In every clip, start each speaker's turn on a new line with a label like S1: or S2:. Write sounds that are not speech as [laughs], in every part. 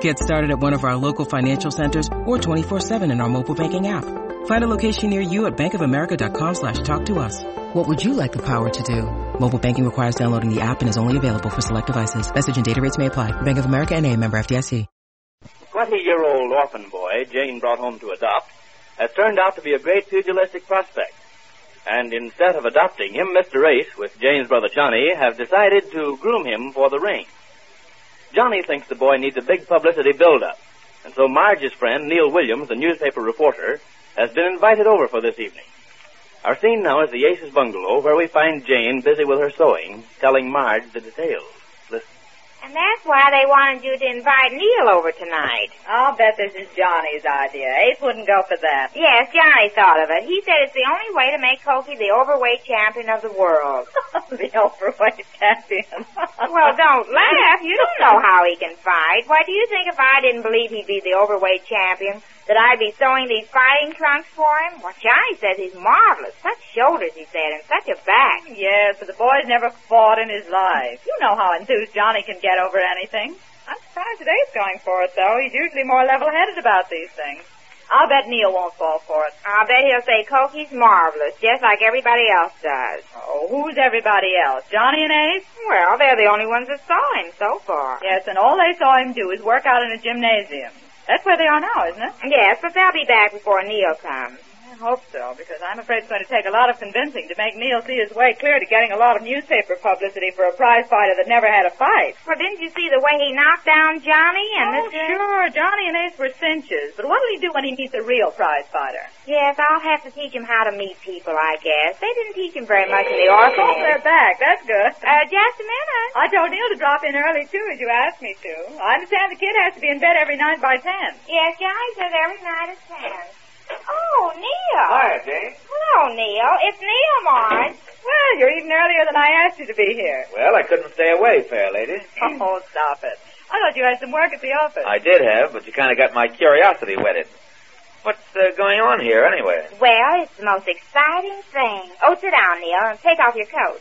S1: Get started at one of our local financial centers or 24-7 in our mobile banking app. Find a location near you at bankofamerica.com slash talk to us. What would you like the power to do? Mobile banking requires downloading the app and is only available for select devices. Message and data rates may apply. Bank of America and a member FDIC.
S2: 20-year-old orphan boy Jane brought home to adopt has turned out to be a great pugilistic prospect. And instead of adopting him, Mr. Ace, with Jane's brother Johnny, have decided to groom him for the ring. Johnny thinks the boy needs a big publicity build-up, and so Marge's friend, Neil Williams, the newspaper reporter, has been invited over for this evening. Our scene now is the Ace's bungalow, where we find Jane busy with her sewing, telling Marge the details. Listen.
S3: And that's why they wanted you to invite Neil over tonight.
S4: I'll bet this is Johnny's idea. Ace wouldn't go for that.
S3: Yes, Johnny thought of it. He said it's the only way to make Cokie the overweight champion of the world.
S4: [laughs] the overweight champion. [laughs]
S3: well, don't laugh. You don't know how he can fight. Why do you think if I didn't believe he'd be the overweight champion, that I'd be sewing these fighting trunks for him? Well, Johnny says he's marvelous. Such shoulders, he said, and such a back.
S4: Yes, but the boy's never fought in his life. You know how enthused Johnny can get over anything. I'm surprised that Ace going for it, though. He's usually more level-headed about these things. I'll bet Neil won't fall for it.
S3: I'll bet he'll say Cokie's marvelous, just like everybody else does.
S4: Oh, who's everybody else? Johnny and Ace?
S3: Well, they're the only ones that saw him so far.
S4: Yes, and all they saw him do is work out in a gymnasium. That's where they are now, isn't it?
S3: Yes, but they'll be back before Neil comes.
S4: I hope so, because I'm afraid it's going to take a lot of convincing to make Neil see his way clear to getting a lot of newspaper publicity for a prize fighter that never had a fight.
S3: Well, didn't you see the way he knocked down Johnny and
S4: oh,
S3: this guy?
S4: sure. Johnny and Ace were cinches, but what'll he do when he meets a real prize fighter?
S3: Yes, I'll have to teach him how to meet people, I guess. They didn't teach him very much in the orphanage.
S4: they're back. That's good.
S3: Uh, just a minute.
S4: I told Neil to drop in early, too, as you asked me to. I understand the kid has to be in bed every night by ten.
S3: Yes, Johnny says every night at ten. Oh, Neil.
S5: Hi, Jane.
S3: Hello, Neil. It's Neil, Marge.
S4: Well, you're even earlier than I asked you to be here.
S5: Well, I couldn't stay away, fair lady.
S4: [laughs] Oh, stop it. I thought you had some work at the office.
S5: I did have, but you kind of got my curiosity whetted. What's uh, going on here, anyway?
S3: Well, it's the most exciting thing. Oh, sit down, Neil, and take off your coat.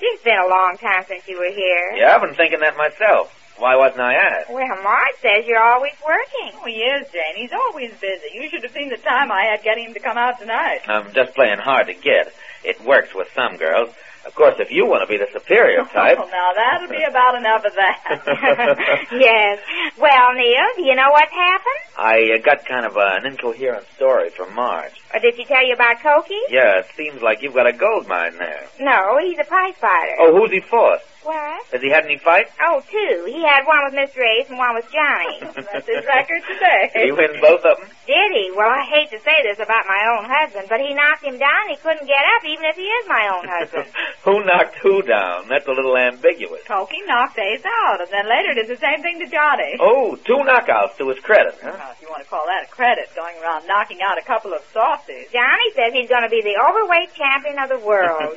S3: It's been a long time since you were here.
S5: Yeah, I've been thinking that myself. Why wasn't I asked?
S3: Well, Marge says you're always working.
S5: [laughs]
S3: [laughs]
S4: Oh, he is, Jane. He's always busy. You should have seen the time I had getting him to come out tonight.
S5: I'm just playing hard to get. It works with some girls. Of course, if you want to be the
S4: [laughs]
S5: superior type.
S4: Oh, now that'll be about enough of
S5: [laughs]
S4: that.
S3: yes. Well, Neil, do you know what's happened?
S5: I uh, got kind of an incoherent story from Marge.
S3: Or did she tell you about Cokie?
S5: Yeah, it seems like you've got a gold mine there.
S3: No, he's a prize fighter.
S5: Oh, who's he for?
S3: What?
S5: Has he had any fights?
S3: Oh, two. He had one with Mr. Ace and one with
S5: [laughs]
S3: Johnny.
S4: That's his record today.
S5: Did he win both of them?
S3: Did he? Well, I hate to say this about my own husband, but he knocked him down. He couldn't get up, even if he is my own
S4: [laughs]
S3: husband.
S5: who knocked who down? That's a little ambiguous.
S4: Tolkien knocked Ace out, and then later did the same thing to Johnny.
S5: Oh, two knockouts to his credit, huh? [laughs]
S4: Well, if you want to call that a credit, going around knocking out a couple of softies.
S3: Johnny says he's going to be the overweight champion of the
S5: [laughs]
S3: world.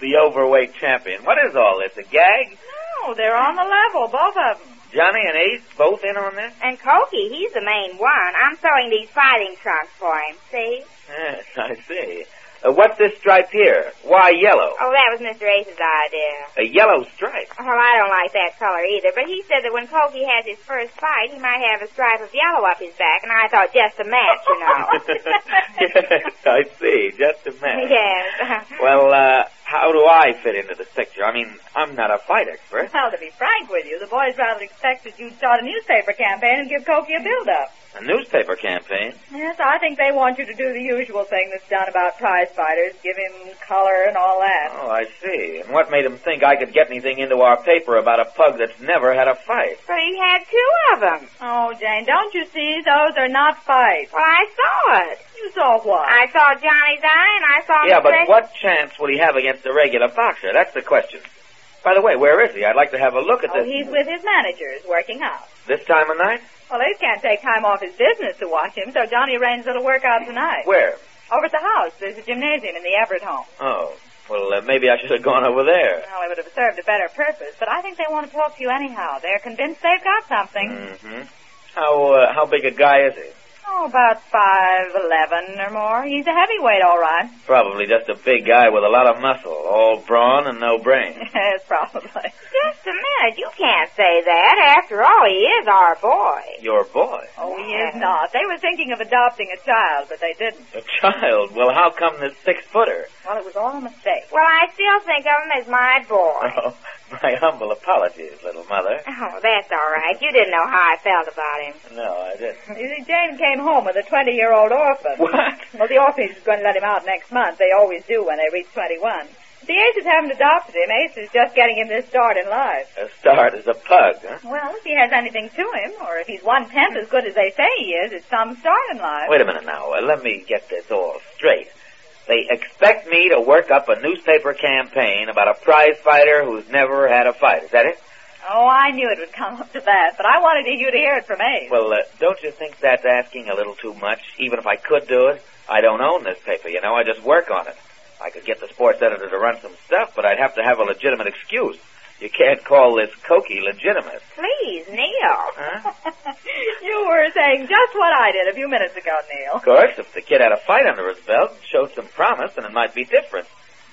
S5: the overweight champion. What is all this, a gag?
S4: No, they're on the level, both of them.
S5: Johnny and Ace both in on this? [laughs]
S3: and Cokie, he's the main one. I'm sewing these fighting trunks for him, see?
S5: Yes, I see. Uh, what's this stripe here? Why yellow?
S3: Oh, that was Mr. Ace's idea.
S5: A yellow stripe.
S3: Well, I don't like that color either, but he said that when Cokie has his first fight, he might have a stripe of yellow up his back, and I thought just a match, you
S5: [laughs]
S3: know.
S5: yes, I see. Just a minute.
S3: yes. [laughs]
S5: Well, uh, how do I fit into this picture? I mean, I'm not a fight expert.
S4: Well, to be frank with you, the boys rather expected you'd start a newspaper campaign and give Cokie a build-up.
S5: A newspaper campaign.
S4: Yes, I think they want you to do the usual thing that's done about prize fighters, give him color and all that.
S5: Oh, I see. And what made him think I could get anything into our paper about a pug that's never had a fight?
S3: but he had two of them.
S4: Oh, Jane, don't you see? Those are not fights.
S3: Well, I saw it.
S4: You saw what?
S3: I saw Johnny's eye, and I saw
S5: yeah,
S3: Mr.
S5: but
S3: Ace's
S5: what chance will he have against a regular boxer? That's the question. By the way, where is he? I'd like to have a look at
S4: Oh,
S5: this.
S4: he's with his managers, working out.
S5: This time of night?
S4: Well, Ace can't take time off his business to watch him, so Johnny arranged a little workout tonight.
S5: Where?
S4: Over at the house, there's a gymnasium in the Everett home.
S5: Oh, well, uh, maybe I should have gone over there.
S4: Well, it would have served a better purpose, but I think they want to talk to you anyhow. They're convinced they've got something.
S3: Mm.
S5: Mm-hmm. How uh, how big a guy is he?
S4: Oh, about five eleven or more. He's a heavyweight, all right. [laughs]
S5: Probably just a big guy with a lot of muscle, all brawn and no brain.
S4: Yes, probably.
S3: Just a minute. You can't say that. After all, he is our boy.
S5: Your boy,
S4: Oh, he is not. They were thinking of adopting a child, but they didn't.
S5: a child. Well, how come this six [laughs] footer?
S4: Well, it was all a mistake. [laughs]
S3: Well, I still think of him as my boy.
S5: Oh, my humble apologies, little mother.
S3: Oh, that's all right. You didn't know how I felt about him.
S5: No, I didn't. [laughs]
S4: You see, Jane came home with a 20-year-old orphan.
S5: What?
S4: Well, the orphanage is going to let him out next month. They always do when they reach 21. The Aces haven't adopted him. Ace is just getting him this start in life.
S5: A start as a pug, huh?
S4: Well, if he has anything to him, or if he's one-tenth as good as they say he is, it's some start in life.
S5: Wait a minute now. Uh, let me get this all straight. They expect me to work up a newspaper campaign about a prize fighter who's never had a fight. Is that it?
S4: Oh, I knew it would come up to that, but I wanted you to hear it from Ace.
S5: Well, uh, don't you think that's asking a little too much? Even if I could do it, I don't own this paper, you know. I just work on it. I could get the sports editor to run some stuff, but I'd have to have a legitimate excuse. You can't call this cokey legitimate.
S3: Please, Neil.
S5: Huh?
S4: [laughs] you were saying just what I did a few minutes ago, Neil. [laughs]
S5: Of course, if the kid had a fight under his belt and showed some promise, then it might be different.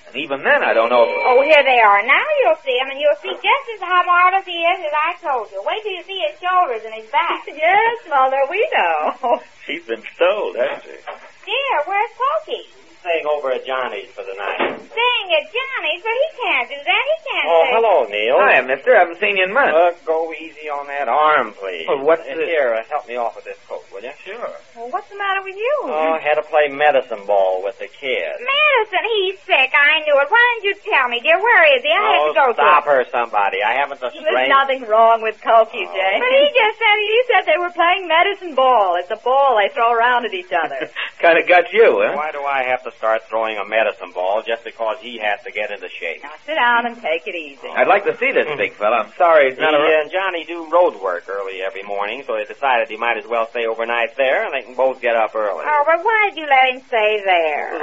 S5: And even then, I don't know if...
S3: Oh, here they are. Now you'll see him, and you'll see just as how marvelous he is as I told you. Wait till you see his shoulders and his
S4: [laughs]
S3: back.
S4: Yes, Mother, we know. [laughs]
S5: She's been sold, hasn't she?
S3: Dear, where's Pokey?
S6: Staying over at Johnny's for the night.
S3: Staying at Johnny's, but he can't do that. He can't
S6: Oh,
S3: say...
S6: hello, Neil.
S5: Hi, mister. I haven't seen you in months.
S6: Uh, go easy on that arm, please.
S5: Well, what's
S6: And
S5: this?
S6: Here, uh, help me off with this coat, will you? Sure.
S4: Well, what's the matter with you?
S6: Oh, had to play medicine ball with the kid.
S3: Madison, he's sick. I knew it. Why didn't you tell me, dear? Where is he? I had
S6: oh,
S3: to go
S6: stop
S3: to him.
S6: her, somebody. I haven't the
S4: There's
S6: strength.
S4: nothing wrong with Cokie,
S6: Oh.
S4: Jane.
S3: But he
S4: just said he said they were playing medicine ball. It's a ball they throw around at each
S6: [laughs]
S4: other.
S5: kind of got you, huh?
S6: Why do I have to start throwing a medicine ball just because he has to get into shape?
S4: now sit down and take it easy.
S5: I'd like to see this
S2: Hmm.
S5: big fella. I'm sorry he's
S6: He
S5: not
S6: and
S5: around.
S6: Johnny do road work early every morning, so they decided he might as well stay overnight there, and they can both get up early.
S3: Oh, but why did you let him stay
S6: It
S3: there?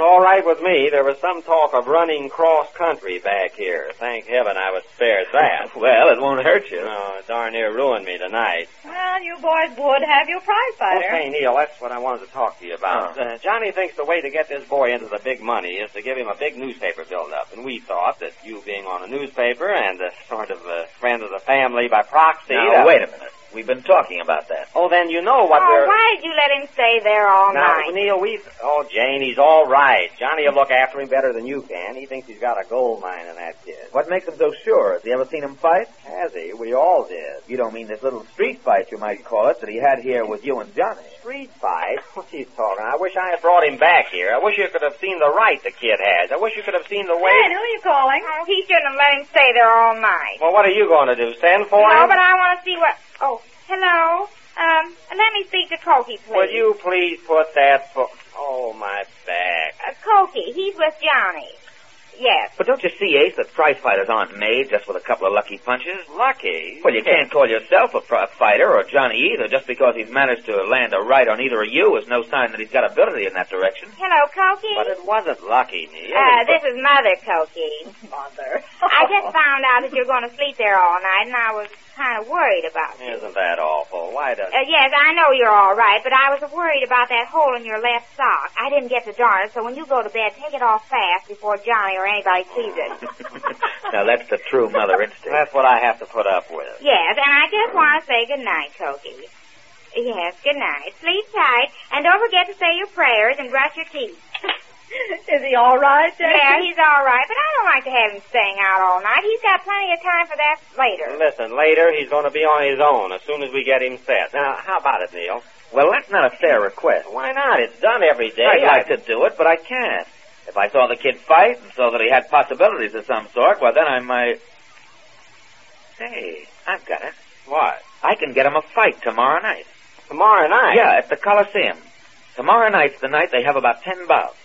S6: was all right with me. There was some talk of running cross country back here. Thank heaven I was spared that.
S5: [laughs] Well, it won't hurt you.
S6: Oh, it darn near ruined me tonight.
S4: Well, you boys would have your prize fighter.
S6: Okay, Neil, that's what I wanted to talk to you about.
S5: Oh.
S6: Uh, Johnny thinks the way to get this boy into the big money is to give him a big newspaper build-up, and we thought that you being on a newspaper and a sort of a friend of the family by proxy...
S5: Now,
S6: uh,
S5: wait a minute. We've been talking about that.
S6: Oh, then you know what
S3: oh,
S6: we're...
S3: why did you let him stay there all
S6: Now,
S3: night?
S6: Neil, we... Oh, Jane, he's all right. Johnny will look after him better than you can. He thinks he's got a gold mine in that kid.
S5: What makes him so sure? Has he ever seen him fight?
S6: Has he? We all did.
S5: You don't mean this little street fight, you might call it, that he had here with you and Johnny.
S6: Street fight? What are you talking? I wish I had brought him back here. I wish you could have seen the right the kid has. I wish you could have seen the way...
S4: Jane, who are you calling?
S3: Oh, he shouldn't have let him stay there all night.
S6: Well, what are you going to do? Send for
S3: No,
S6: him?
S3: but I want to see what... Oh, hello. Um, let me speak to Cokie, please.
S6: Will you please put that fo- Oh, my back.
S3: Uh, Cokie, he's with Johnny. Yes.
S5: But don't you see, Ace, that prize fighters aren't made just with a couple of lucky punches?
S6: Lucky.
S5: Well, you can't call yourself a pro- fighter or Johnny either. Just because he's managed to land a right on either of you is no sign that he's got ability in that direction.
S3: Hello, Cokie.
S6: But it wasn't lucky, Neil.
S3: uh, this is Mother Cokie.
S4: Mother. [laughs]
S3: I just found out that you're going to sleep there all night, and I was kind of worried about you.
S6: Isn't that awful? Why does...
S3: Uh, yes, I know you're all right, but I was worried about that hole in your left sock. I didn't get to darn it, so when you go to bed, take it off fast before Johnny or anybody sees it.
S5: [laughs] [laughs] now, that's the true mother instinct.
S6: That's what I have to put up with.
S3: yes, and I just want to say good night, Cokie. Yes, good night. Sleep tight, and don't forget to say your prayers and brush your teeth.
S4: [laughs] Is he all right, Jane?
S3: Yeah, he's all right, but I don't like to have him staying out all night. He's got plenty of time for that later.
S6: Listen, later he's going to be on his own as soon as we get him set. Now, how about it, Neil?
S5: Well, that's not a fair request.
S6: Why not? It's done every day.
S5: I'd like to do it, but I can't. If I saw the kid fight and saw that he had possibilities of some sort, well, then I might. Say, I've got it.
S6: What?
S5: I can get him a fight tomorrow night.
S6: Tomorrow night?
S5: Yeah, at the Coliseum. Tomorrow night's the night they have about ten bouts.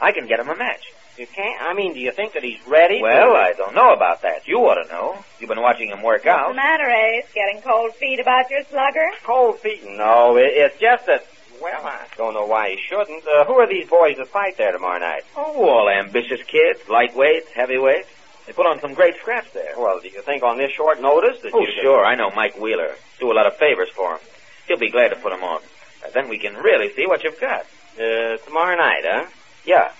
S5: I can get him a match.
S6: You can't? I mean, do you think that he's ready?
S5: Well,
S6: to...
S5: I don't know about that. You ought to know. You've been watching him work
S4: What's
S5: out.
S4: the matter, Ace? Getting cold feet about your slugger?
S6: Cold feet? No, it, Oh, it's just that Well, I don't know why he shouldn't. Uh, who are these boys that fight there tomorrow night?
S5: Oh, all ambitious kids, lightweights, heavyweights. They put on some great scraps there.
S6: Well, do you think on this short notice that
S5: Oh,
S6: you... could-
S5: sure, I know Mike Wheeler. Do a lot of favors for him. He'll be glad to put him on. Uh, then we can really see what you've got.
S6: Uh, tomorrow night, huh?
S5: Yeah.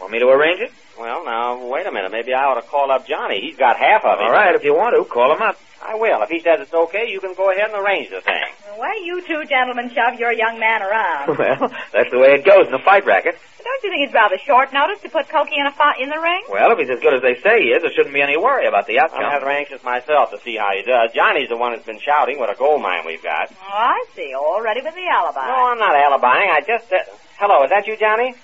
S5: Want me to arrange it?
S6: Well, now, wait a minute. Maybe I ought to call up Johnny. He's got half of it.
S5: All right, if you want to, call him up.
S6: I will. If he says it's okay, you can go ahead and arrange the thing.
S4: Why you two gentlemen shove your young
S6: [laughs]
S4: man around?
S5: Well, [laughs] that's the way it goes in the fight racket.
S4: Don't you think it's rather short notice to put Cokie in a fi- in the ring?
S5: Well, if he's as good as they say he is, there shouldn't be any worry about the
S6: I'm
S5: outcome.
S6: rather anxious myself to see how he does. Johnny's the one that's been shouting what a gold mine we've got.
S4: Oh, I see. Already with the alibi.
S6: No, I'm not alibiing. I just. Uh, hello, is that you, Johnny?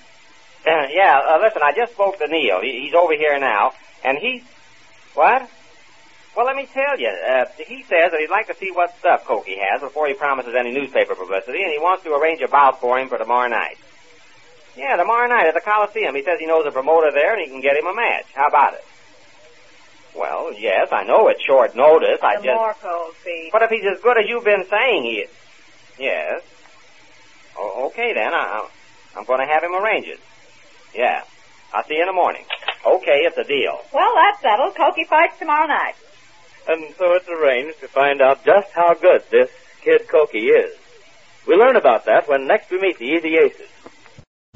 S6: Uh, yeah, uh, listen, I just spoke to Neil. He, he's over here now, and he. What? Well, let me tell you. Uh, he says that he'd like to see what stuff Cokie has before he promises any newspaper publicity, and he wants to arrange a bout for him for tomorrow night. Yeah, tomorrow night at the Coliseum. He says he knows a promoter there, and he can get him a match. How about it? Well, yes, I know it's short notice. I
S4: the
S6: just.
S4: more cold feet.
S6: But if he's as good as you've been saying he is? Yes. O- okay, then. I- I- I'm going to have him arrange it. Yeah. I'll see you in the morning. Okay, it's a deal.
S4: Well, that's settled. Cokie fights tomorrow night.
S2: And so it's arranged to find out just how good this kid Cokie is. We learn about that when next we meet the Easy Aces.